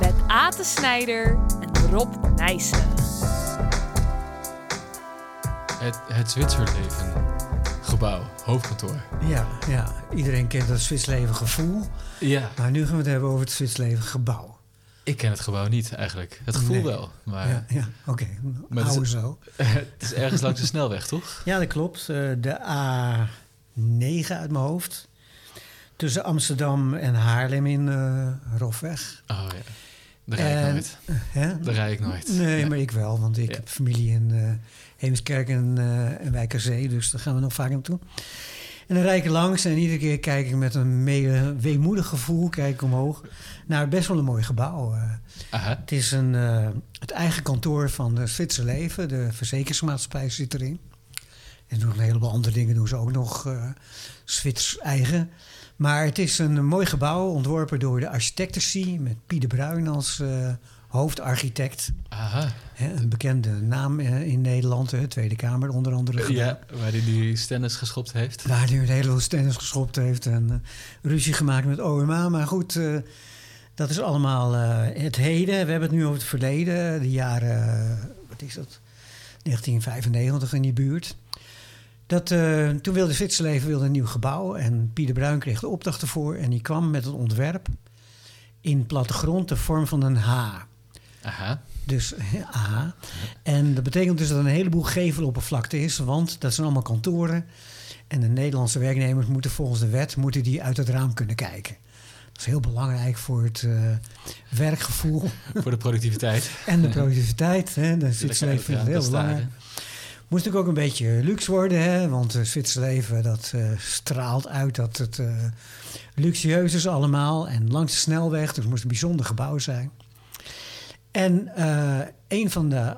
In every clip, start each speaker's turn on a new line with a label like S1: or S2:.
S1: Renate Snijder en Rob Nijssen.
S2: Het, het Zwitserleven. Gebouw, hoofdkantoor.
S3: Ja, ja, iedereen kent dat Zwitsleven gevoel.
S2: Ja,
S3: Maar nu gaan we het hebben over het Zwitsleven gebouw.
S2: ik ken het gebouw niet eigenlijk. Het gevoel
S3: Nee.
S2: wel, maar
S3: Ja, ja oké.
S2: Ah, Maar het is-
S3: Hou er zo.
S2: het is ergens langs de snelweg, toch?
S3: Ja, dat klopt. Eh, De A9 uit mijn hoofd. Tussen Amsterdam en Haarlem in eh, Rofweg.
S2: Oh ja, daar rijd ik
S3: En-
S2: nooit.
S3: Hè?
S2: Daar rijd ik nooit.
S3: Eh, Nee,
S2: Ja.
S3: maar ik wel, want ik
S2: Ja.
S3: heb familie in eh Heemskerk en, eh en Wijkerzee, dus daar gaan we nog vaak naartoe. En dan rijd ik langs en iedere keer kijk ik met een mede- weemoedig gevoel, kijk ik omhoog, naar best wel een mooi gebouw. eh.
S2: Aha,
S3: Het is een, eh, het eigen kantoor van de Zwitser Leven. De verzekeringsmaatschappij zit erin. En doen nog een heleboel andere dingen doen ze ook nog eh Zwits eigen. Maar het is een mooi gebouw ontworpen door de architectency met Piet de Bruin als eh, hoofdarchitect.
S2: aha.
S3: Hè, een bekende naam eh, in Nederland, de Tweede Kamer onder andere.
S2: Ja, waar hij die stennis geschopt heeft.
S3: Waar hij een heleboel stennis geschopt heeft en eh, ruzie gemaakt met OMA. Maar goed, eh, dat is allemaal eh, het heden. We hebben het nu over het verleden, de jaren, eh, wat is dat, 1995 in die buurt. Dat, eh, toen wilde Zwitserleven wilde een nieuw gebouw en Pieter Bruin kreeg de opdracht ervoor. En die kwam met een ontwerp in plattegrond de vorm van een H.
S2: Aha,
S3: Dus, aha. En dat betekent dus dat er een heleboel geveloppervlakte is, want dat zijn allemaal kantoren. En de Nederlandse werknemers moeten volgens de wet moeten die uit het raam kunnen kijken. Dat is heel belangrijk voor het eh, werkgevoel
S2: voor de productiviteit.
S3: en de productiviteit. Hè. De
S2: Lekker
S3: Zwitserleven vindt
S2: uit
S3: het
S2: het
S3: heel
S2: raam
S3: belangrijk.
S2: gaan
S3: Moest natuurlijk ook een beetje luxe worden, hè? want eh Zwitserleven dat, eh, straalt uit dat het eh, luxueus is allemaal. En langs de snelweg, dus het moest een bijzonder gebouw zijn. En eh, een van de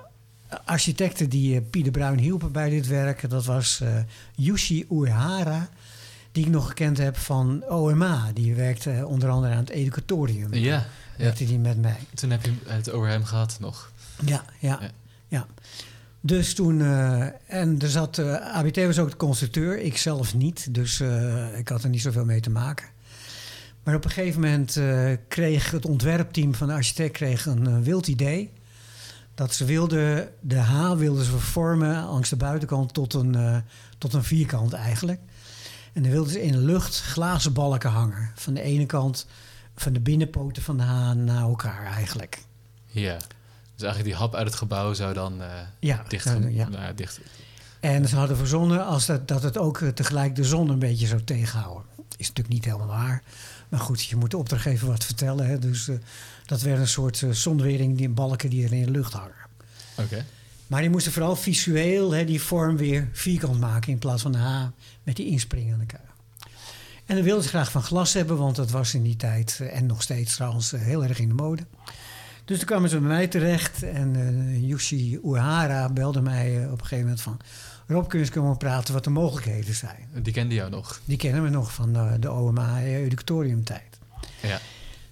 S3: architecten die eh, Pieter Bruin hielpen bij dit werk, dat was eh Yushi Uehara. Die ik nog gekend heb van OMA. Die werkte eh, onder andere aan het educatorium.
S2: staan. Ja, ja.
S3: Werkte die met mij.
S2: Toen heb je het over hem gehad nog.
S3: Ja, ja,
S2: Ja.
S3: ja. Dus toen, eh, en er zat, eh, ABT was ook de constructeur, ik zelf niet, dus eh, ik had er niet zoveel mee te maken. Maar op een gegeven moment eh, kreeg het ontwerpteam van de architect kreeg een eh, wild idee. Dat ze wilden, de H wilden ze vervormen langs de buitenkant tot een, eh, tot een vierkant eigenlijk. En dan wilden ze in de lucht glazen balken hangen. Van de ene kant, van de binnenpoten van de H naar elkaar eigenlijk.
S2: Ja. Dus eigenlijk die hap uit het gebouw zou dan eh,
S3: Ja,
S2: dicht,
S3: nou, ja.
S2: nou ja, dicht
S3: En ze hadden verzonnen als dat, dat het ook eh, tegelijk de zon een beetje zou tegenhouden. Is natuurlijk niet helemaal waar. Maar goed, je moet de opdrachtgever wat vertellen. Hè? Dus eh, dat werd een soort eh, zonwering, die balken die er in de lucht hangen.
S2: Oké.
S3: Maar die moesten vooral visueel hè, die vorm weer vierkant maken in plaats van een H met die inspringende kuil. En dan wilden ze graag van glas hebben, want dat was in die tijd eh, en nog steeds trouwens eh, heel erg in de mode. Dus toen kwamen ze bij mij terecht en eh Yushi Uehara belde mij eh, op een gegeven moment van... Rob, kun je eens komen praten wat de mogelijkheden zijn?
S2: Die kende jou nog.
S3: Die kennen we nog van eh, de OMA eh, educatoriumtijd.
S2: Ja.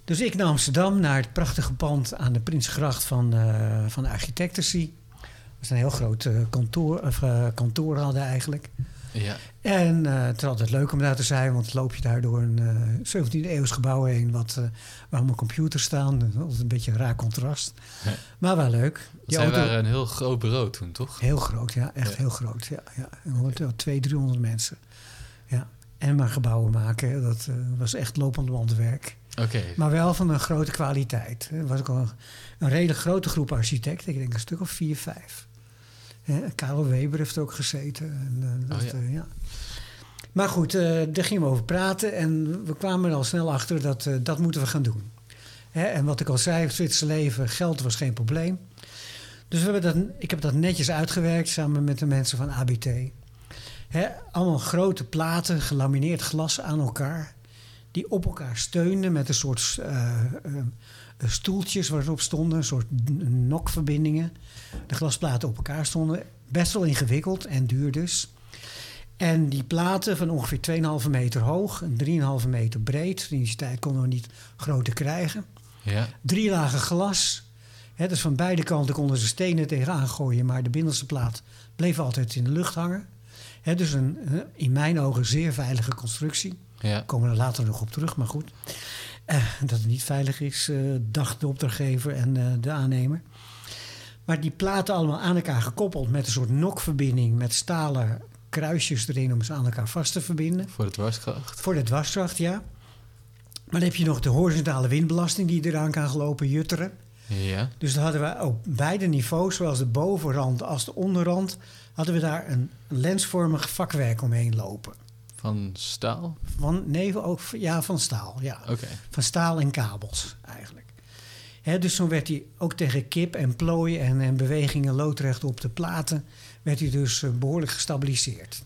S3: Dus ik naar Amsterdam, naar het prachtige pand aan de Prinsgracht van, eh van de Architectency. Dat is een heel groot eh, kantoor, of, eh, kantoor hadden eigenlijk.
S2: Ja.
S3: En eh, het is altijd leuk om daar te zijn, want dan loop je daar door een eh 17e eeuws gebouw heen... Wat, eh, waar allemaal computers staan. Dat is altijd een beetje een raar contrast.
S2: Ja.
S3: Maar wel leuk.
S2: Want
S3: Je
S2: zij
S3: auto-
S2: waren een heel groot bureau toen, toch?
S3: Heel groot, ja. Echt
S2: Ja.
S3: heel groot. Ja, ja. En we hadden wel 200, 300 mensen. Ja. En maar gebouwen maken, dat eh, was echt lopend landwerk.
S2: Oké.
S3: Maar wel van een grote kwaliteit. Er was ook al een, een redelijk grote groep architecten. Ik denk een stuk of vier, vijf. Hè, Karel Weber heeft er ook gezeten. En, eh, dat,
S2: Oh, ja.
S3: eh, ja. Maar goed, eh, daar gingen we over praten. En we kwamen er al snel achter dat eh, dat moeten we gaan doen. Hè, en wat ik al zei, Zwitserse leven, geld was geen probleem. Dus we hebben dat, ik heb dat netjes uitgewerkt samen met de mensen van ABT. Hè, allemaal grote platen, gelamineerd glas aan elkaar. Die op elkaar steunden met een soort eh, eh, stoeltjes waarop stonden, een soort nokverbindingen. De glasplaten op elkaar stonden. Best wel ingewikkeld en duur dus. En die platen van ongeveer 2,5 meter hoog en 3,5 meter breed. In die tijd konden we niet groter krijgen
S2: Ja.
S3: drie lagen glas. Hè, dus van beide kanten konden ze stenen tegenaan gooien, maar de binnenste plaat bleef altijd in de lucht hangen. Hè, dus een eh, in mijn ogen zeer veilige constructie.
S2: Ja.
S3: Daar komen we er later nog op terug, maar goed. eh, dat het niet veilig is, eh, dacht de opdrachtgever en eh, de aannemer. Maar die platen allemaal aan elkaar gekoppeld met een soort nokverbinding met stalen kruisjes erin om ze aan elkaar vast te verbinden.
S2: Voor de dwarskracht.
S3: Voor de dwarskracht, ja. Maar dan heb je nog de horizontale windbelasting die eraan kan gelopen jutteren.
S2: Ja.
S3: Dus dan hadden we op beide niveaus, zowel de bovenrand als de onderrand, hadden we daar een lensvormig vakwerk omheen lopen.
S2: Van staal?
S3: Van, nee, ook, ja, van staal. Ja.
S2: Oké.
S3: Van staal en kabels eigenlijk. Hè, dus zo werd hij ook tegen kip en plooien en, en bewegingen loodrecht op de platen, werd hij dus eh, behoorlijk gestabiliseerd.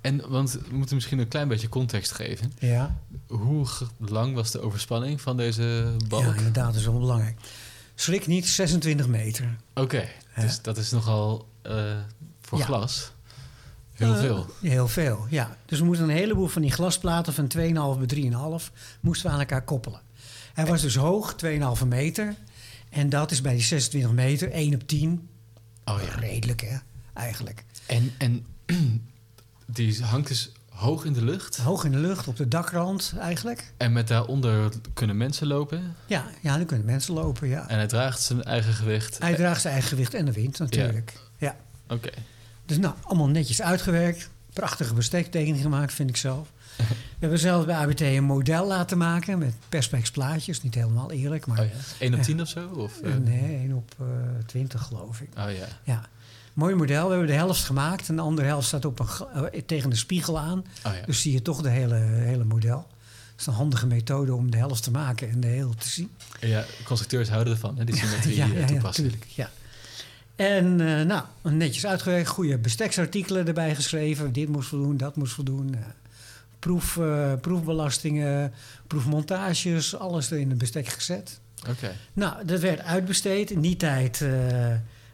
S2: En, want we moeten misschien een klein beetje context geven.
S3: Ja.
S2: Hoe g- lang was de overspanning van deze balk?
S3: Ja, inderdaad, dat is wel belangrijk. Schrik niet, 26 meter.
S2: Oké, dus dat is nogal eh, voor
S3: Ja.
S2: glas heel
S3: Eh,
S2: veel.
S3: Heel veel, ja. Dus we moesten een heleboel van die glasplaten van 2,5 bij 3,5 moesten we aan elkaar koppelen. Hij was dus hoog, 2,5 meter. En dat is bij die 26 meter 1 op 10.
S2: Oh ja.
S3: Redelijk, hè, eigenlijk.
S2: En, en die hangt dus hoog in de lucht.
S3: Hoog in de lucht, op de dakrand eigenlijk.
S2: En met daaronder kunnen mensen lopen.
S3: Ja, ja dan kunnen mensen lopen, ja.
S2: En eh, hij draagt zijn eigen gewicht.
S3: Hij draagt zijn eigen gewicht en de wind natuurlijk. ja.
S2: Oké.
S3: Dus nou, allemaal netjes uitgewerkt. Prachtige bestektekening gemaakt, vind ik zelf. We hebben zelf bij ABT een model laten maken met perspex plaatjes. Niet helemaal eerlijk, maar...
S2: Oh ja. 1 op 10 of zo? Of, eh,
S3: Nee, één op eh, twintig 20 geloof ik.
S2: Oh ja.
S3: Ja. Mooi model. We hebben de helft gemaakt. En de andere helft staat op een, gla- eh, tegen de spiegel aan.
S2: Oh ja.
S3: Dus zie je toch de hele, hele model. Dat is een handige methode om de helft te maken en de hele te zien.
S2: ja, constructeurs houden ervan. Hè? Die symmetrie
S3: ja,
S2: eh,
S3: ja, ja,
S2: toepassen.
S3: natuurlijk. Ja. En eh, nou, netjes uitgewerkt, goede besteksartikelen erbij geschreven. Dit moest voldoen, dat moest voldoen. eh, proef, eh, proefbelastingen, proefmontages, alles er in het bestek gezet.
S2: Oké.
S3: Nou, dat werd uitbesteed. In die tijd eh,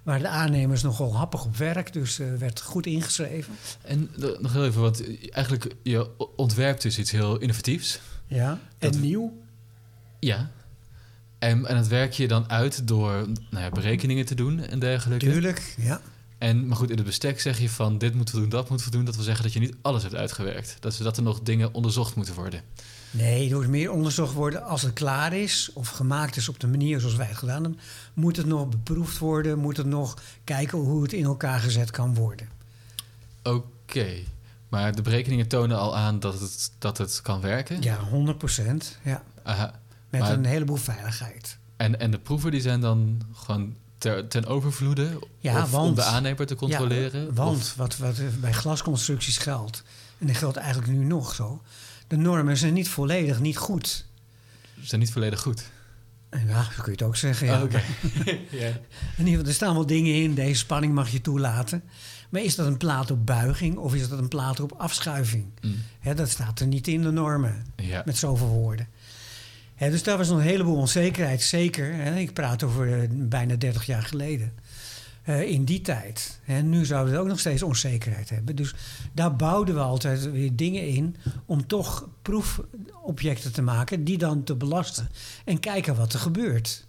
S3: waren de aannemers nogal happig op werk, dus eh, werd goed ingeschreven.
S2: En eh, nog heel even, want eh, eigenlijk je o- ontwerpt dus iets heel innovatiefs.
S3: Ja. En
S2: Dat-
S3: nieuw?
S2: Ja. En, Ehm, en dat werk je dan uit door nou ja, berekeningen te doen en dergelijke.
S3: Tuurlijk, ja.
S2: En, maar goed, in het bestek zeg je van dit moeten we doen, dat moeten we doen. Dat wil zeggen dat je niet alles hebt uitgewerkt. Dat, ze- dat er nog dingen onderzocht moeten worden.
S3: Nee, er moet meer onderzocht worden. Als het klaar is of gemaakt is op de manier zoals wij het gedaan hebben, moet het nog beproefd worden, moet het nog kijken hoe het in elkaar gezet kan worden.
S2: Oké. Maar de berekeningen tonen al aan dat het, dat het kan werken.
S3: Ja, 100 procent. Ja.
S2: Aha.
S3: Met
S2: Maar-
S3: een heleboel veiligheid.
S2: En, en de proeven die zijn dan gewoon ter- ten overvloede
S3: Ja,
S2: of om
S3: want-
S2: de aannemer te controleren?
S3: Ja, want
S2: Of-
S3: wat, wat bij glasconstructies geldt, en dat geldt eigenlijk nu nog zo, de normen zijn niet volledig, niet goed.
S2: ze zijn niet volledig goed.
S3: Ja, zo kun je het ook zeggen. Ja.
S2: Oh, Oké. ja.
S3: In ieder geval, er staan wel dingen in. Deze spanning mag je toelaten. Maar is dat een plaat op buiging of is dat een plaat op afschuiving?
S2: Mm.
S3: Hè, dat staat er niet in de normen,
S2: Ja.
S3: met zoveel woorden. Hè, dus daar was nog een heleboel onzekerheid, zeker. Hè, ik praat over eh, bijna 30 jaar geleden. Eh, in die tijd. Hè, nu zouden we ook nog steeds onzekerheid hebben. Dus daar bouwden we altijd weer dingen in om toch proefobjecten te maken, die dan te belasten en kijken wat er gebeurt.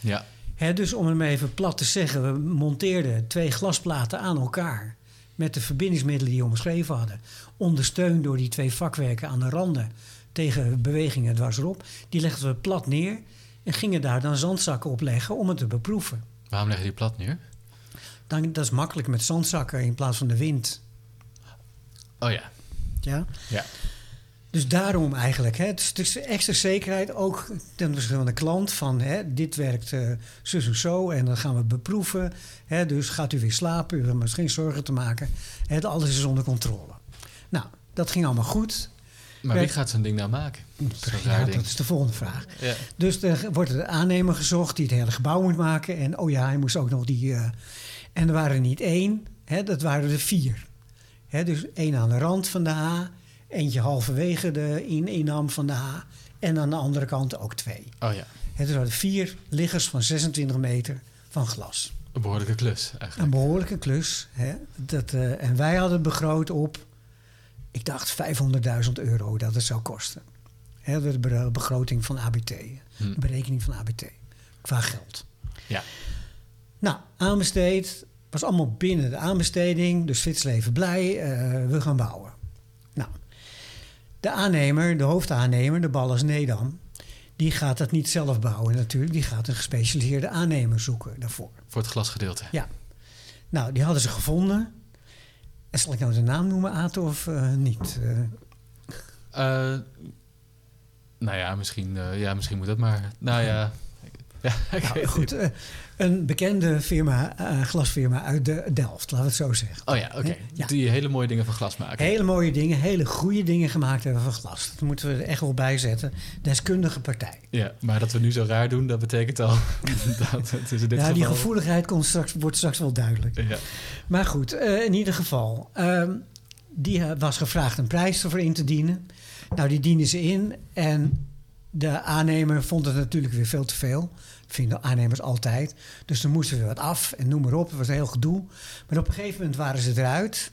S2: ja.
S3: Hè, dus om hem even plat te zeggen, we monteerden twee glasplaten aan elkaar. Met de verbindingsmiddelen die we omschreven hadden. Ondersteund door die twee vakwerken aan de randen tegen bewegingen dwars erop. Die legden we plat neer en gingen daar dan zandzakken op leggen om het te beproeven.
S2: Waarom leg je die plat neer?
S3: Dan, dat is makkelijk met zandzakken in plaats van de wind.
S2: Oh ja.
S3: Ja?
S2: Ja.
S3: Dus daarom eigenlijk. Hè, dus, dus extra zekerheid ook ten opzichte van de klant. Van hè, dit werkt eh zus of zo en dan gaan we het beproeven. Hè, dus gaat u weer slapen, u hoeft maar geen zorgen te maken. Hè, alles is onder controle. Nou, dat ging allemaal goed.
S2: Maar
S3: Ja.
S2: wie gaat zo'n ding nou maken? Zo'n
S3: Ja,
S2: raar
S3: dat
S2: ding.
S3: is de volgende vraag.
S2: Ja.
S3: Dus er wordt een aannemer gezocht die het hele gebouw moet maken. En oh ja, hij moest ook nog die. eh, en er waren er niet één, hè, dat waren er vier. Hè, dus één aan de rand van de H, eentje halverwege de in inham van de H. En aan de andere kant ook twee.
S2: Oh ja.
S3: Hè, dus er waren vier liggers van 26 meter van glas.
S2: Een behoorlijke klus
S3: Een
S2: eigenlijk.
S3: behoorlijke klus. Hè? Dat, eh, en wij hadden begroot op, ik dacht 500.000 euro dat het zou kosten. Hè, de be- begroting van ABT,
S2: Hmm.
S3: berekening van ABT, qua geld.
S2: Ja.
S3: Nou, aanbesteed, was allemaal binnen de aanbesteding, dus Fitzleven blij, eh, we gaan bouwen. Nou, de aannemer, de hoofdaannemer, de Ballas Nedam, die gaat dat niet zelf bouwen natuurlijk. Die gaat een gespecialiseerde aannemer zoeken daarvoor.
S2: Voor het glasgedeelte.
S3: Ja. Nou, die hadden ze gevonden. En zal ik nou zijn naam noemen, Ato, of eh, niet? Eh,
S2: Eh, nou ja misschien, eh, ja, misschien moet dat maar. Nou ja. ik- ja ik weet
S3: nou,
S2: het
S3: goed,
S2: niet.
S3: eh, een bekende firma, eh, glasfirma uit de Delft, laten we het zo zeggen.
S2: Oh ja, oké.
S3: Hè? Ja.
S2: Die hele mooie dingen van glas maken.
S3: Hele mooie dingen, hele goede dingen gemaakt hebben van glas. Dat moeten we er echt wel bij zetten. Deskundige partij.
S2: Ja, maar dat we nu zo raar doen, dat betekent al dat het is in dit
S3: ja, Nou, die
S2: geval...
S3: gevoeligheid komt straks, wordt straks wel duidelijk.
S2: Ja.
S3: Maar goed, eh, in ieder geval. ehm, die eh, was gevraagd een prijs ervoor in te dienen. Nou, die dienen ze in. En de aannemer vond het natuurlijk weer veel te veel. Dat vinden aannemers altijd. Dus dan moesten we wat af en noem maar op. Het was een heel gedoe. Maar op een gegeven moment waren ze eruit.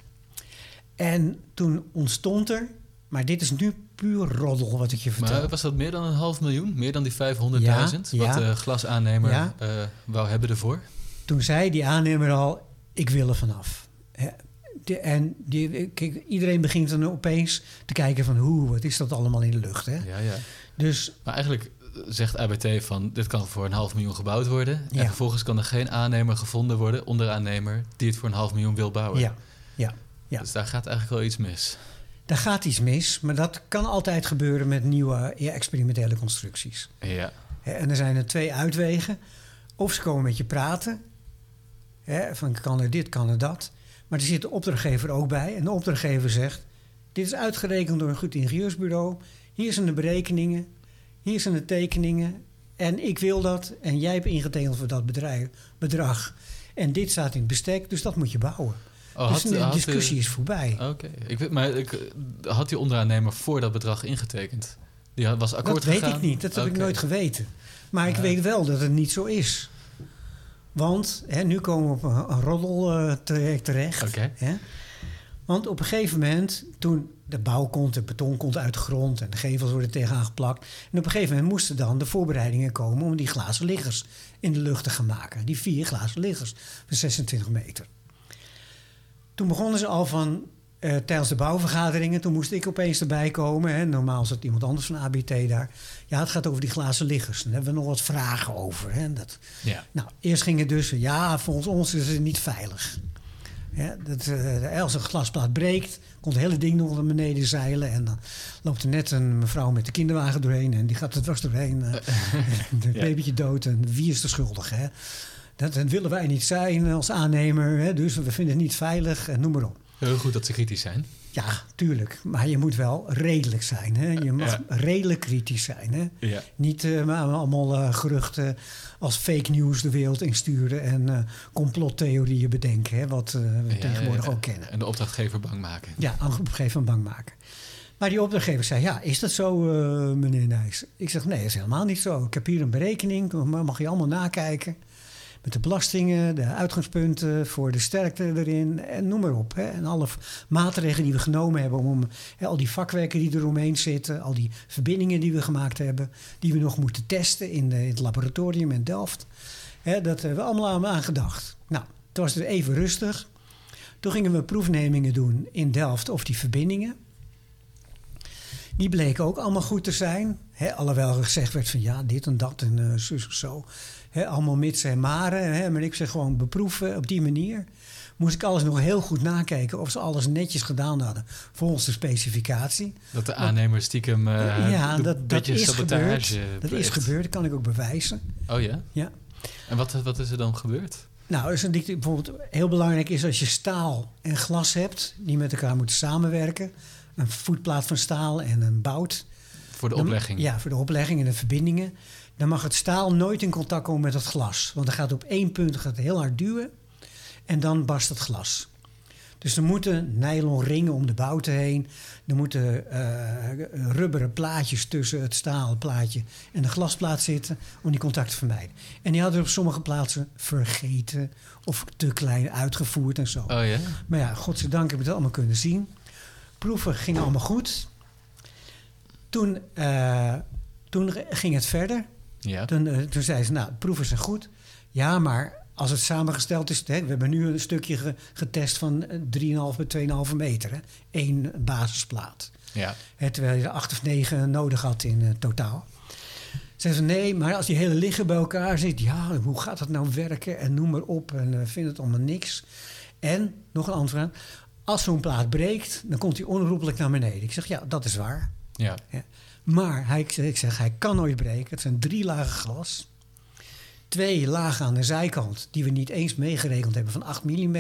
S3: En toen ontstond er... Maar dit is nu puur roddel wat ik je vertel.
S2: Maar was dat meer dan een half miljoen? Meer dan die 500.000?
S3: Ja,
S2: Wat
S3: ja.
S2: de glasaannemer
S3: Ja.
S2: eh, wou hebben ervoor?
S3: toen zei die aannemer al, ik wil er vanaf. Hè, de- En die, kijk, iedereen begint dan opeens te kijken van hoe, wat is dat allemaal in de lucht. Hè?
S2: Ja, ja.
S3: Dus
S2: Maar eigenlijk eh, zegt ABT van dit kan voor een half miljoen gebouwd worden.
S3: Ja.
S2: En vervolgens kan er geen aannemer gevonden worden, onderaannemer, die het voor een half miljoen wil bouwen.
S3: ja, ja, ja.
S2: Dus daar gaat eigenlijk wel iets mis.
S3: daar gaat iets mis, maar dat kan altijd gebeuren met nieuwe ja, experimentele constructies.
S2: Ja,
S3: Hè, En er zijn er twee uitwegen. Of ze komen met je praten, hè, van kan er dit, kan er dat. Maar er zit de opdrachtgever ook bij. En de opdrachtgever zegt, dit is uitgerekend door een goed ingenieursbureau. Hier zijn de berekeningen, hier zijn de tekeningen. En ik wil dat en jij hebt ingetekend voor dat bedrijf, bedrag. En dit staat in het bestek, dus dat moet je bouwen.
S2: Oh,
S3: dus
S2: had-
S3: de
S2: had de-
S3: discussie is voorbij.
S2: oké. Ik weet, maar ik, eh, had die onderaannemer voor dat bedrag ingetekend? Die had- was akkoord
S3: dat weet
S2: gegaan?
S3: ik niet, dat heb ik
S2: Oké.
S3: nooit geweten. Maar ik
S2: Ja.
S3: weet wel dat het niet zo is. Want hè, nu komen we op een, een roddel eh, tere- terecht.
S2: Oké.
S3: Hè? Want op een gegeven moment, toen de bouw komt, het beton komt uit de grond en de gevels worden tegenaan geplakt. En op een gegeven moment moesten dan de voorbereidingen komen om die glazen liggers in de lucht te gaan maken. Die vier glazen liggers van 26 meter. Toen begonnen ze al van eh, tijdens de bouwvergaderingen. Toen moest ik opeens erbij komen. Hè. Normaal zat iemand anders van ABT daar. Ja, het gaat over die glazen liggers. Daar hebben we nog wat vragen over. Hè. Dat,
S2: Ja.
S3: nou, eerst ging het dus, ja, volgens ons is het niet veilig. Ja, dat, eh, als een glasplaat breekt, komt het hele ding nog naar beneden zeilen. En dan loopt er net een mevrouw met de kinderwagen doorheen en die gaat er dwars doorheen. eh, en het
S2: Ja.
S3: babytje dood en wie is de schuldige? Hè? Dat, dat willen wij niet zijn als aannemer, hè? dus we vinden het niet veilig en noem maar op.
S2: Heel goed dat ze kritisch zijn.
S3: Ja, tuurlijk, maar je moet wel redelijk zijn. Hè? Je mag
S2: Ja.
S3: redelijk kritisch zijn. Hè?
S2: Ja.
S3: Niet eh, maar allemaal eh, geruchten als fake news de wereld insturen en eh, complottheorieën bedenken, hè, wat eh, we tegenwoordig ook kennen.
S2: En de opdrachtgever bang maken.
S3: Ja, op een gegeven moment bang maken. Maar die opdrachtgever zei, ja, is dat zo, eh, meneer Nijs? Ik zeg, nee, dat is helemaal niet zo. Ik heb hier een berekening, maar mag je allemaal nakijken. Met de belastingen, de uitgangspunten voor de sterkte erin en noem maar op. Hè. En alle v- maatregelen die we genomen hebben om hè, al die vakwerken die eromheen zitten, al die verbindingen die we gemaakt hebben, die we nog moeten testen in, de- in het laboratorium in Delft. Hè, dat hebben we allemaal aan, aan gedacht. Nou, het was er even rustig. Toen gingen we proefnemingen doen in Delft of die verbindingen. Die bleken ook allemaal goed te zijn. Hè, alhoewel er gezegd werd van ja, dit en dat en eh zus of zo. Hè, allemaal mits en maren. Hè, maar ik zeg gewoon beproeven op die manier. Moest ik alles nog heel goed nakijken of ze alles netjes gedaan hadden volgens de specificatie.
S2: Dat de aannemer stiekem eh
S3: ja,
S2: een
S3: dat, dat
S2: beetje
S3: is gebeurd.
S2: sabotage
S3: Dat is
S2: pleegt.
S3: gebeurd, dat kan ik ook bewijzen.
S2: Oh ja?
S3: Ja.
S2: En wat, wat is er dan gebeurd?
S3: Nou, is een dikte, bijvoorbeeld heel belangrijk is als je staal en glas hebt die met elkaar moeten samenwerken. Een voetplaat van staal en een bout.
S2: Voor de
S3: Dan-
S2: oplegging?
S3: ja, voor de oplegging en de verbindingen. Dan mag het staal nooit in contact komen met het glas. Want dan gaat op één punt gaat het heel hard duwen en dan barst het glas. Dus er moeten nylon ringen om de bouten heen. Er moeten eh, rubberen plaatjes tussen het staalplaatje en de glasplaat zitten om die contact te vermijden. En die hadden we op sommige plaatsen vergeten of te klein uitgevoerd en zo.
S2: Oh ja?
S3: Maar ja, godzijdank heb ik dat allemaal kunnen zien. Proeven gingen allemaal goed. Toen, eh, toen ging het verder.
S2: Ja.
S3: Toen, eh, toen zei ze, nou, de proeven zijn goed. Ja, maar als het samengesteld is... Hè, we hebben nu een stukje ge- getest van eh, 3,5 bij 2,5 meter. Hè? Eén basisplaat.
S2: ja.
S3: Hè, terwijl je er acht of negen nodig had in eh, totaal. Zeggen ze nee, maar als die hele liggen bij elkaar zit, ja, hoe gaat dat nou werken en noem maar op en eh vind het allemaal niks. En, nog een antwoord aan, als zo'n plaat breekt, dan komt hij onroepelijk naar beneden. Ik zeg ja, dat is waar.
S2: Ja.
S3: Ja. Maar hij, ik zeg, hij kan nooit breken. Het zijn drie lagen glas. Twee lagen aan de zijkant, die we niet eens meegerekend hebben, van 8 mm.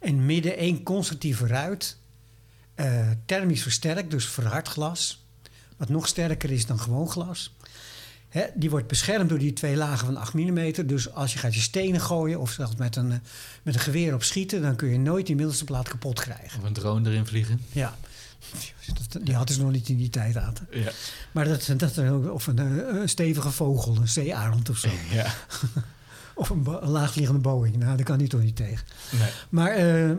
S3: En midden één constatieve ruit. eh, thermisch versterkt, dus verhard glas. Wat nog sterker is dan gewoon glas. Hè, die wordt beschermd door die twee lagen van 8 mm. Dus als je gaat je stenen gooien of zelfs met een, eh, met een geweer op schieten, dan kun je nooit die middelste plaat kapot krijgen.
S2: Of een drone erin vliegen.
S3: Ja, die hadden ze nog niet in die tijd aan.
S2: Ja.
S3: Maar dat, dat er ook, of een, eh, een stevige vogel, een zeearend of zo.
S2: ja.
S3: Of een, bo- een laagliggende Boeing. Nou, daar kan hij toch niet tegen.
S2: Nee.
S3: Maar eh,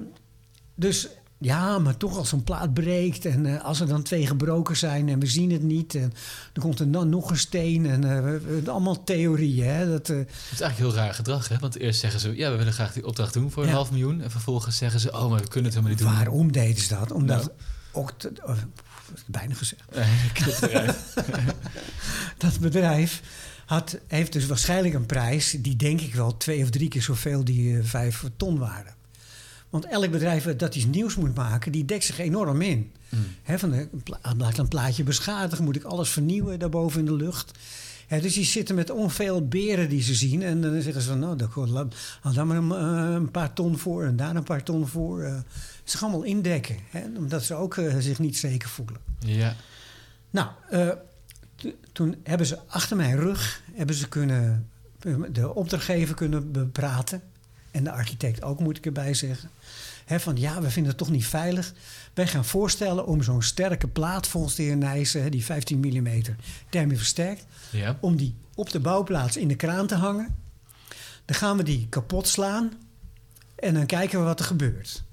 S3: dus ja, maar toch als zo'n plaat breekt en eh, als er dan twee gebroken zijn en we zien het niet. En er komt er dan nog een steen en eh, we- we- allemaal theorieën. Hè? Dat, eh,
S2: Het is eigenlijk heel raar gedrag, hè? Want eerst zeggen ze, ja, we willen graag die opdracht doen voor een
S3: Ja.
S2: half miljoen. En vervolgens zeggen ze, oh, maar we kunnen het helemaal niet doen.
S3: waarom deden ze dat? Omdat
S2: Nou.
S3: ook te- oh, bijna gezegd.
S2: Eh, knipt eruit.
S3: dat bedrijf had, heeft dus waarschijnlijk een prijs die denk ik wel twee of drie keer zoveel die eh, vijf ton waren. Want elk bedrijf dat iets nieuws moet maken, die dekt zich enorm in. Hè, van de, een pla- laat een plaatje beschadigen, moet ik alles vernieuwen daarboven in de lucht. Hè, dus die zitten met onveel beren die ze zien. En dan zeggen ze van, nou, daar- laat- haal daar maar een, eh, een paar ton voor en daar een paar ton voor. eh ze gaan allemaal indekken, hè, omdat ze ook eh, zich niet zeker voelen.
S2: ja.
S3: Nou, eh, t- toen hebben ze achter mijn rug hebben ze kunnen, de opdrachtgever kunnen bepraten. En de architect ook, moet ik erbij zeggen. Hè, van ja, we vinden het toch niet veilig. Wij gaan voorstellen om zo'n sterke plaat, volgens de heer Nijssen, hè, die 15 mm thermisch versterkt,
S2: Ja.
S3: om die op de bouwplaats in de kraan te hangen. Dan gaan we die kapot slaan en dan kijken we wat er gebeurt.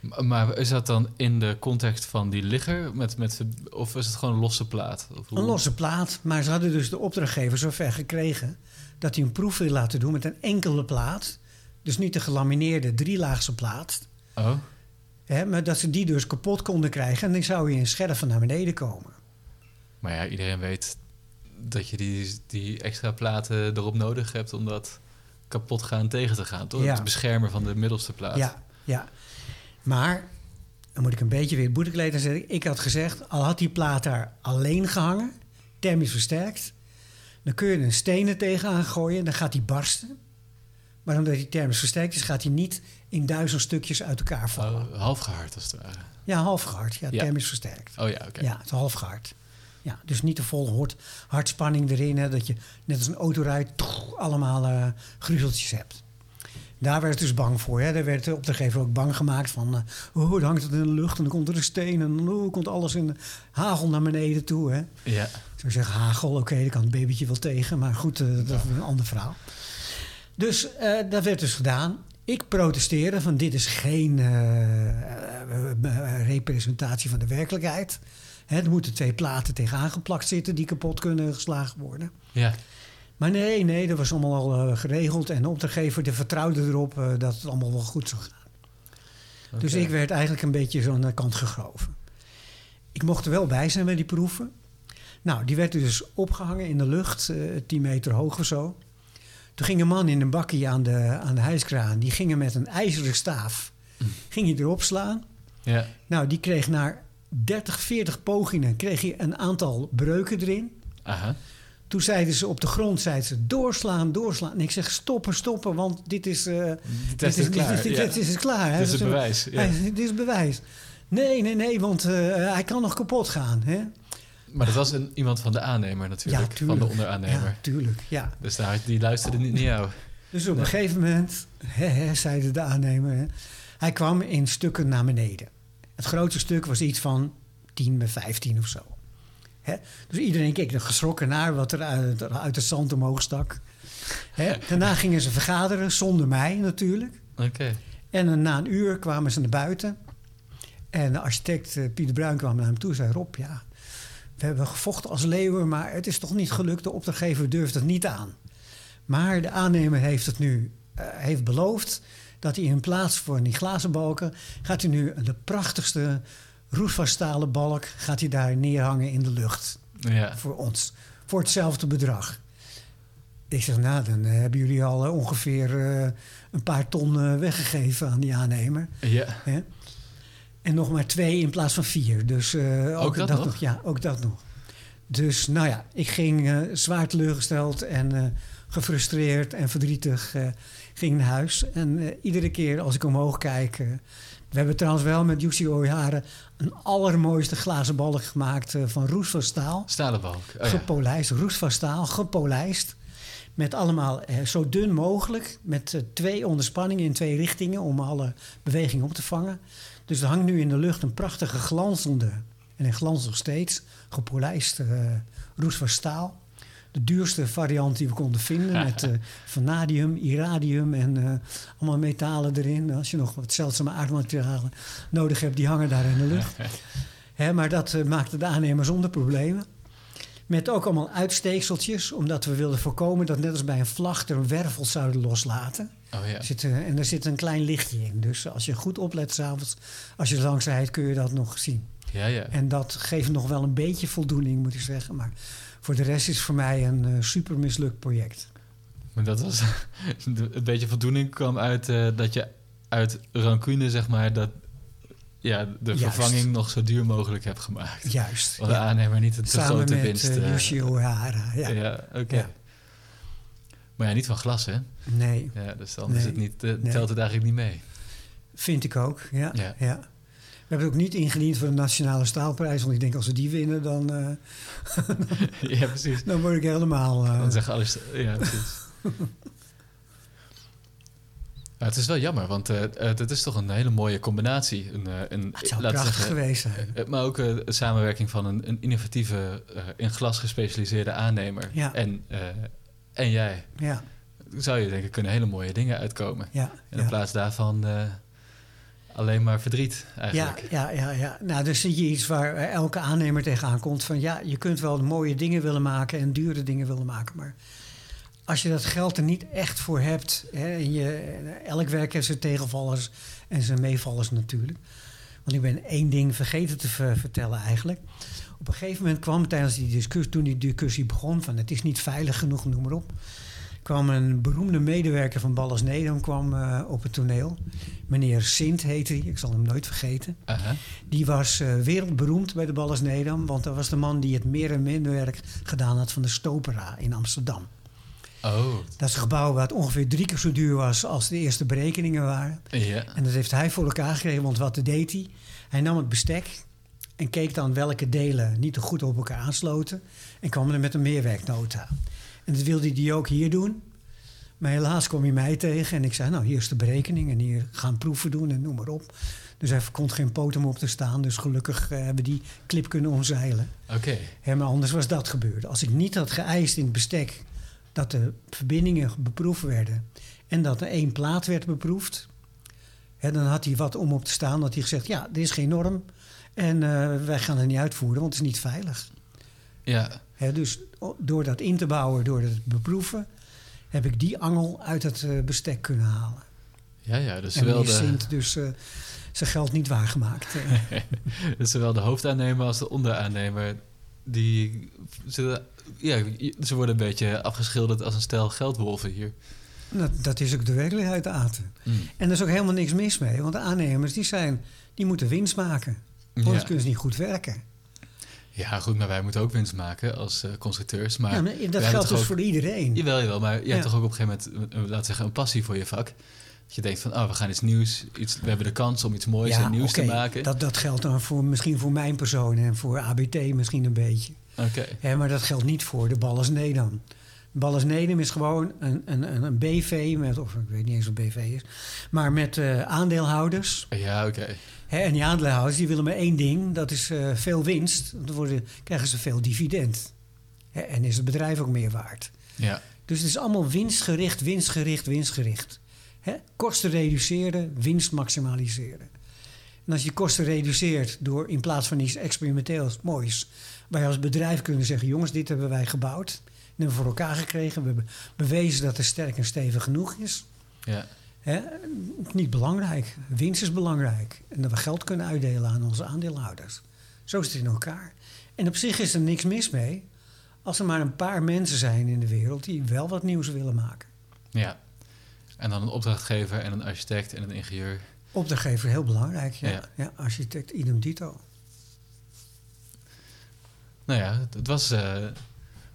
S2: M- Maar is dat dan in de context van die ligger? Met, met, of is het gewoon een losse plaat? Of hoe-
S3: Een losse plaat, maar ze hadden dus de opdrachtgever zover gekregen dat hij een proef wil laten doen met een enkele plaat. Dus niet de gelamineerde drielaagse plaat.
S2: Oh,
S3: Hè, maar dat ze die dus kapot konden krijgen en dan zou je in scherven naar beneden komen.
S2: maar ja, iedereen weet dat je die, die extra platen erop nodig hebt om dat kapot gaan tegen te gaan, toch?
S3: Ja.
S2: Het beschermen van de middelste plaat.
S3: Ja, ja. Maar, dan moet ik een beetje weer het boetekleed aan zetten. Ik had gezegd, al had die plaat daar alleen gehangen, thermisch versterkt, dan kun je er een steen er tegenaan gooien, dan gaat die barsten. Maar omdat die thermisch versterkt is, gaat hij niet in duizend stukjes uit elkaar vallen.
S2: Oh, half gehard als het ware.
S3: Ja, halfgehard. Ja,
S2: Ja.
S3: thermisch versterkt.
S2: Oh ja, oké.
S3: Ja, het is halfgehard. Ja, dus niet de volle hort, hartspanning erin. Hè, dat je net als een auto rijdt, toeg, allemaal eh, gruzeltjes hebt. Daar werd het dus bang voor. Hè. Daar werd de opdrachtgever ook bang gemaakt van... eh, oh, dan hangt het in de lucht en dan komt er een steen... en dan oh, komt alles in de hagel naar beneden toe. Hè.
S2: Ja.
S3: Ik zou zeggen, hagel, oké, daar kan het babytje wel tegen. Maar goed, eh, dat is een ander verhaal. Dus eh, dat werd dus gedaan. Ik protesteerde van dit is geen eh, eh, eh, representatie van de werkelijkheid. Hè, er moeten twee platen tegenaan geplakt zitten die kapot kunnen geslagen worden.
S2: Ja.
S3: Maar nee, nee, dat was allemaal al eh, geregeld. En de opdrachtgever die vertrouwde erop eh, dat het allemaal wel goed zou gaan. Dus
S2: Oké.
S3: ik werd eigenlijk een beetje zo aan de kant gegroven. Ik mocht er wel bij zijn bij die proeven. Nou, die werd dus opgehangen in de lucht, eh 10 meter hoog of zo. Toen ging een man in een bakkie aan de, aan de hijskraan. Die ging er met een ijzeren staaf
S2: Mm.
S3: ging hij erop slaan.
S2: Ja.
S3: Nou, die kreeg na 30, 40 pogingen kreeg hij een aantal breuken erin.
S2: Aha.
S3: Toen zeiden ze op de grond, zeiden ze doorslaan, doorslaan. En ik zeg stoppen, stoppen, want dit is... eh,
S2: De
S3: dit
S2: test is
S3: dit
S2: klaar.
S3: dit-
S2: ja.
S3: dit is klaar. hè.
S2: Dit is het
S3: Dat
S2: bewijs. Ja.
S3: hij- dit is bewijs. Nee, nee, nee, want eh, hij kan nog kapot gaan. Hè?
S2: Maar dat was een, iemand van de aannemer natuurlijk. van de onderaannemer.
S3: Ja, tuurlijk, ja.
S2: Dus daar, die luisterde niet naar jou.
S3: Dus op
S2: Nee.
S3: een gegeven moment, hè, hè, zeiden de aannemer, hè, hij kwam in stukken naar beneden. Het grootste stuk was iets van 10 bij 15 of zo. Hè? Dus iedereen keek er geschrokken naar wat er uit, uit het zand omhoog stak. Hè? Daarna gingen ze vergaderen, zonder mij natuurlijk.
S2: Oké.
S3: En eh, na een uur kwamen ze naar buiten. En de architect eh, Pieter Bruin kwam naar hem toe en zei... Rob, ja, we hebben gevochten als leeuwen, maar het is toch niet gelukt. De opdrachtgever durft het niet aan. Maar de aannemer heeft het nu eh, heeft beloofd... dat hij in plaats van die glazen balken... gaat hij nu de prachtigste roestvaststalen balk... gaat hij daar neerhangen in de lucht
S2: Ja.
S3: voor ons. voor hetzelfde bedrag. Ik zeg, nou, dan eh, hebben jullie al eh, ongeveer eh, een paar ton eh, weggegeven aan die aannemer.
S2: Ja.
S3: Hè? En nog maar twee in plaats van vier. Dus eh,
S2: Ook dat nog?
S3: Ja, ook dat nog. Dus nou ja, ik ging eh, zwaar teleurgesteld en eh, gefrustreerd en verdrietig eh, ging naar huis. En eh, iedere keer als ik omhoog kijk... eh, we hebben trouwens wel met Jussi Oihara een allermooiste glazen balk gemaakt eh, van roes van staal.
S2: Stalen balk. Oh, ja.
S3: Gepolijst, roes van staal, gepolijst. Met allemaal eh, zo dun mogelijk, met eh, twee onderspanningen in twee richtingen om alle beweging op te vangen. Dus er hangt nu in de lucht een prachtige glanzende, en hij glanst nog steeds, gepolijst eh, roes van staal. De duurste variant die we konden vinden met eh, vanadium, iradium en eh, allemaal metalen erin. Als je nog wat zeldzame aardmaterialen nodig hebt, die hangen daar in de lucht. Hè, maar dat eh, maakte de aannemer zonder problemen. Met ook allemaal uitsteekseltjes, omdat we wilden voorkomen dat net als bij een vlag er wervels zouden loslaten.
S2: Oh, ja.
S3: Er Zit, eh, en er zit een klein lichtje in. Dus als je goed oplet s'avonds, als je langs rijdt, kun je dat nog zien.
S2: ja, ja.
S3: En dat geeft nog wel een beetje voldoening, moet ik zeggen. Maar voor de rest is het voor mij een eh, super mislukt project.
S2: Maar dat was... het beetje voldoening kwam uit eh, dat je uit rancune, zeg maar, dat... Ja, de
S3: Juist.
S2: vervanging nog zo duur mogelijk hebt gemaakt.
S3: Juist.
S2: Want de
S3: ja.
S2: aannemer niet een te
S3: Samen
S2: grote
S3: met
S2: winst.
S3: eh
S2: eh,
S3: Yoshio Hara. Ja.
S2: ja, oké.
S3: Ja.
S2: Maar ja, niet van glas, hè?
S3: Nee,
S2: Ja, dus dan
S3: Nee.
S2: is het niet, eh,
S3: Nee.
S2: telt het eigenlijk niet mee.
S3: vind ik ook. Ja.
S2: Ja.
S3: Ja. We hebben het ook niet ingediend voor de Nationale Staalprijs. Want ik denk, als we die winnen, dan, eh,
S2: ja, precies.
S3: dan word ik helemaal... eh,
S2: Dan zeggen alles. Ja, precies. Maar het is wel jammer, want eh, eh, dat is toch een hele mooie combinatie. Een, eh, een,
S3: het zou
S2: laten we
S3: prachtig
S2: zeggen,
S3: geweest zijn.
S2: eh, maar ook eh, de samenwerking van een, een innovatieve, eh, in glas gespecialiseerde aannemer
S3: Ja.
S2: en, eh, en jij.
S3: Ja,
S2: Zou je denken, kunnen hele mooie dingen uitkomen.
S3: ja,
S2: En in
S3: ja.
S2: plaats daarvan eh, alleen maar verdriet
S3: Ja,
S2: eigenlijk.
S3: ja, ja, ja. Nou, dus zie je iets waar eh, elke aannemer tegenaan komt. Van ja, je kunt wel mooie dingen willen maken en dure dingen willen maken. Maar als je dat geld er niet echt voor hebt. Hè, en je, eh, elk werk heeft zijn tegenvallers en zijn meevallers natuurlijk. Want ik ben één ding vergeten te ver- vertellen eigenlijk. Op een gegeven moment kwam tijdens die discussie, toen die discussie begon, van het is niet veilig genoeg, noem maar op. kwam een beroemde medewerker van Ballas Nederland kwam, eh, op het toneel. Meneer Sint heette hij, ik zal hem nooit vergeten.
S2: Aha.
S3: Die was eh, wereldberoemd bij de Ballas Nedam, want dat was de man die het meer en minderwerk gedaan had van de Stopera in Amsterdam.
S2: Oh,
S3: Dat is een gebouw wat ongeveer drie keer zo duur was als de eerste berekeningen waren.
S2: ja.
S3: En dat heeft hij voor elkaar gekregen, want wat deed hij? Hij nam het bestek en keek dan welke delen niet te goed op elkaar aansloten en kwam er met een meerwerknota. En dat wilde hij ook hier doen. Maar helaas kwam hij mij tegen en ik zei, nou hier is de berekening en hier gaan proeven doen en noem maar op. Dus hij kon geen poot om op te staan, dus gelukkig eh, hebben we die clip kunnen omzeilen.
S2: Oké.
S3: Hè, maar anders was dat gebeurd. Als ik niet had geëist in het bestek dat de verbindingen beproefd werden en dat er één plaat werd beproefd, hè, dan had hij wat om op te staan. Had hij gezegd: Ja, er is geen norm en eh, wij gaan het niet uitvoeren, want het is niet veilig.
S2: Ja.
S3: Hè, dus o- door dat in te bouwen, door dat te beproeven, heb ik die angel uit het eh, bestek kunnen halen.
S2: Ja, ja, dus
S3: en
S2: zowel
S3: die
S2: de...
S3: Sint dus eh, zijn geld niet waargemaakt. Eh,
S2: Dus zowel de hoofdaannemer als de onderaannemer, die zitten, ja, ze worden een beetje afgeschilderd als een stel geldwolven hier. Mm.
S3: dat, dat is ook de werkelijkheid, Aten. En er is ook helemaal niks mis mee, want de aannemers die zijn, die moeten winst maken. Anders
S2: Ja.
S3: kunnen ze niet goed werken.
S2: ja, goed, maar wij moeten ook winst maken als eh, constructeurs. Maar,
S3: ja, maar
S2: wij hebben
S3: dat geldt
S2: toch
S3: dus
S2: ook-
S3: voor iedereen.
S2: Jawel, jawel, maar je
S3: Ja.
S2: hebt toch ook op een gegeven moment, eh, laten we zeggen, een passie voor je vak. Dat je denkt van, oh, we gaan iets nieuws, iets, we hebben de kans om iets moois en nieuws te
S3: oké,
S2: maken.
S3: Dat, dat geldt dan voor, misschien voor mijn persoon en voor ABT misschien een beetje.
S2: Oké,
S3: Hè, maar dat geldt niet voor de Ballas Nedam. Ballas Nedam is gewoon een, een, een, een BV, met, of ik weet niet eens wat BV is, maar met eh, aandeelhouders.
S2: ja, oké.
S3: Hè, en die aandeelhouders die willen maar één ding, dat is eh, veel winst. Dan worden, krijgen ze veel dividend. Hè, en is het bedrijf ook meer waard.
S2: Ja,
S3: Dus het is allemaal winstgericht, winstgericht, winstgericht. Hè? Kosten reduceren, winst maximaliseren. En als je kosten reduceert door in plaats van iets experimenteels moois, waar je als bedrijf kunnen zeggen: jongens, dit hebben wij gebouwd. En hebben we voor elkaar gekregen. We hebben bewezen dat het sterk en stevig genoeg is.
S2: ja.
S3: Hè? Niet belangrijk. Winst is belangrijk. En dat we geld kunnen uitdelen aan onze aandeelhouders. Zo is het in elkaar. En op zich is er niks mis mee. Als er maar een paar mensen zijn in de wereld die wel wat nieuws willen maken.
S2: Ja. En dan een opdrachtgever en een architect en een ingenieur.
S3: Opdrachtgever, heel belangrijk. Ja.
S2: Ja.
S3: Ja. architect, idem dito.
S2: Nou ja, het, het was. eh,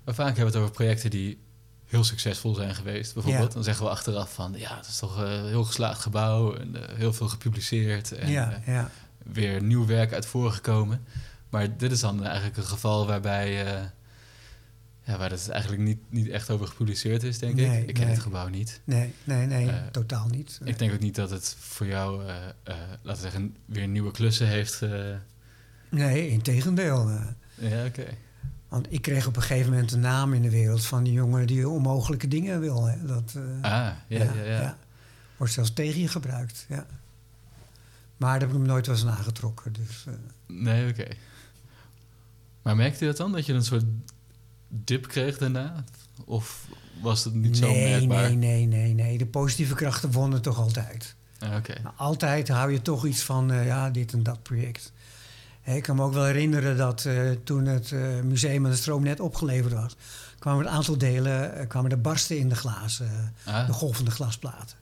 S2: maar vaak hebben we het over projecten die heel succesvol zijn geweest. Bijvoorbeeld,
S3: Ja.
S2: dan zeggen we achteraf van ja, het is toch eh, een heel geslaagd gebouw en eh, heel veel gepubliceerd en
S3: ja,
S2: eh,
S3: ja.
S2: weer nieuw werk uit voorgekomen. Maar dit is dan eigenlijk een geval waarbij. eh, ja, waar het eigenlijk niet, niet echt over gepubliceerd is, denk
S3: Nee,
S2: ik. Ik ken
S3: nee.
S2: het gebouw niet.
S3: Nee, nee, nee,
S2: Eh,
S3: totaal niet.
S2: Ik denk ook niet dat het voor jou, eh, eh, laten we zeggen, weer nieuwe klussen heeft. eh,
S3: Nee, integendeel. eh.
S2: ja, oké.
S3: Want ik kreeg op een gegeven moment een naam in de wereld van die jongen die onmogelijke dingen wil. Hè. Dat, eh,
S2: Ah, ja, ja, ja.
S3: Wordt zelfs tegen je gebruikt, ja. Maar daar heb ik hem nooit was aangetrokken. Dus, eh,
S2: Nee, oké. Maar merkte je dat dan? Dat je een soort dip kreeg daarna? Of was het niet zo
S3: nee,
S2: merkbaar?
S3: nee, nee, nee, nee. De positieve krachten wonnen toch altijd.
S2: Ah, oké.
S3: Maar altijd hou je toch iets van, eh, ja, dit en dat project. Hè, ik kan me ook wel herinneren dat eh, toen het eh, museum aan de stroom net opgeleverd was... kwamen er een aantal delen, eh, kwamen er barsten in de glazen, eh, de
S2: Ah,
S3: golvende glasplaten.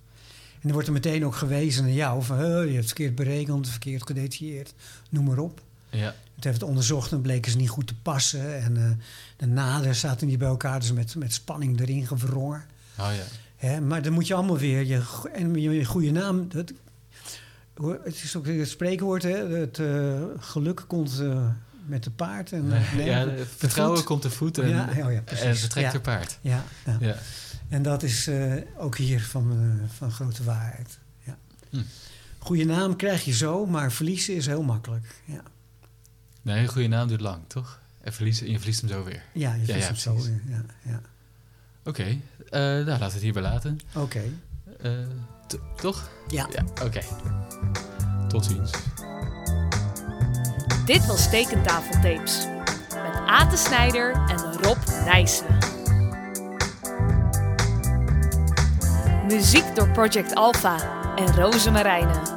S3: En dan wordt er meteen ook gewezen naar jou van, eh, je hebt het verkeerd berekend, verkeerd gedetailleerd, noem maar op.
S2: ja.
S3: Het heeft het onderzocht en bleken ze niet goed te passen. En eh, de naden zaten niet bij elkaar, dus met, met spanning erin gewrongen.
S2: Oh ja.
S3: Hè, maar dan moet je allemaal weer je, go- en je, je goede naam. Dat, hoe- het is ook het spreekwoord: hè, het eh, geluk komt eh, met de paard. En, nee,
S2: ja
S3: de- de
S2: vertrouwen
S3: voet.
S2: komt te voet en,
S3: Ja, oh ja, precies.
S2: en vertrekt
S3: Ja.
S2: er paard.
S3: Ja, ja.
S2: Ja.
S3: en dat is eh, ook hier van, eh, van grote waarheid. Ja.
S2: Hm.
S3: Goede naam krijg je zo, maar verliezen is heel makkelijk. Ja,
S2: Nee, een goede naam duurt lang, toch? En, verliezen, en je verliest hem zo weer.
S3: ja je
S2: Ja,
S3: verliest
S2: ja,
S3: hem zo.
S2: precies.
S3: weer. Ja, ja.
S2: Oké, eh, nou laten we het hierbij laten.
S3: Oké.
S2: Eh, t- toch?
S3: Ja.
S2: Ja, oké. Tot ziens.
S1: Dit was Tekentafeltapes. Met Aten Snijder en Rob Nijssen. Muziek door Project Alpha en Roze Marijnen.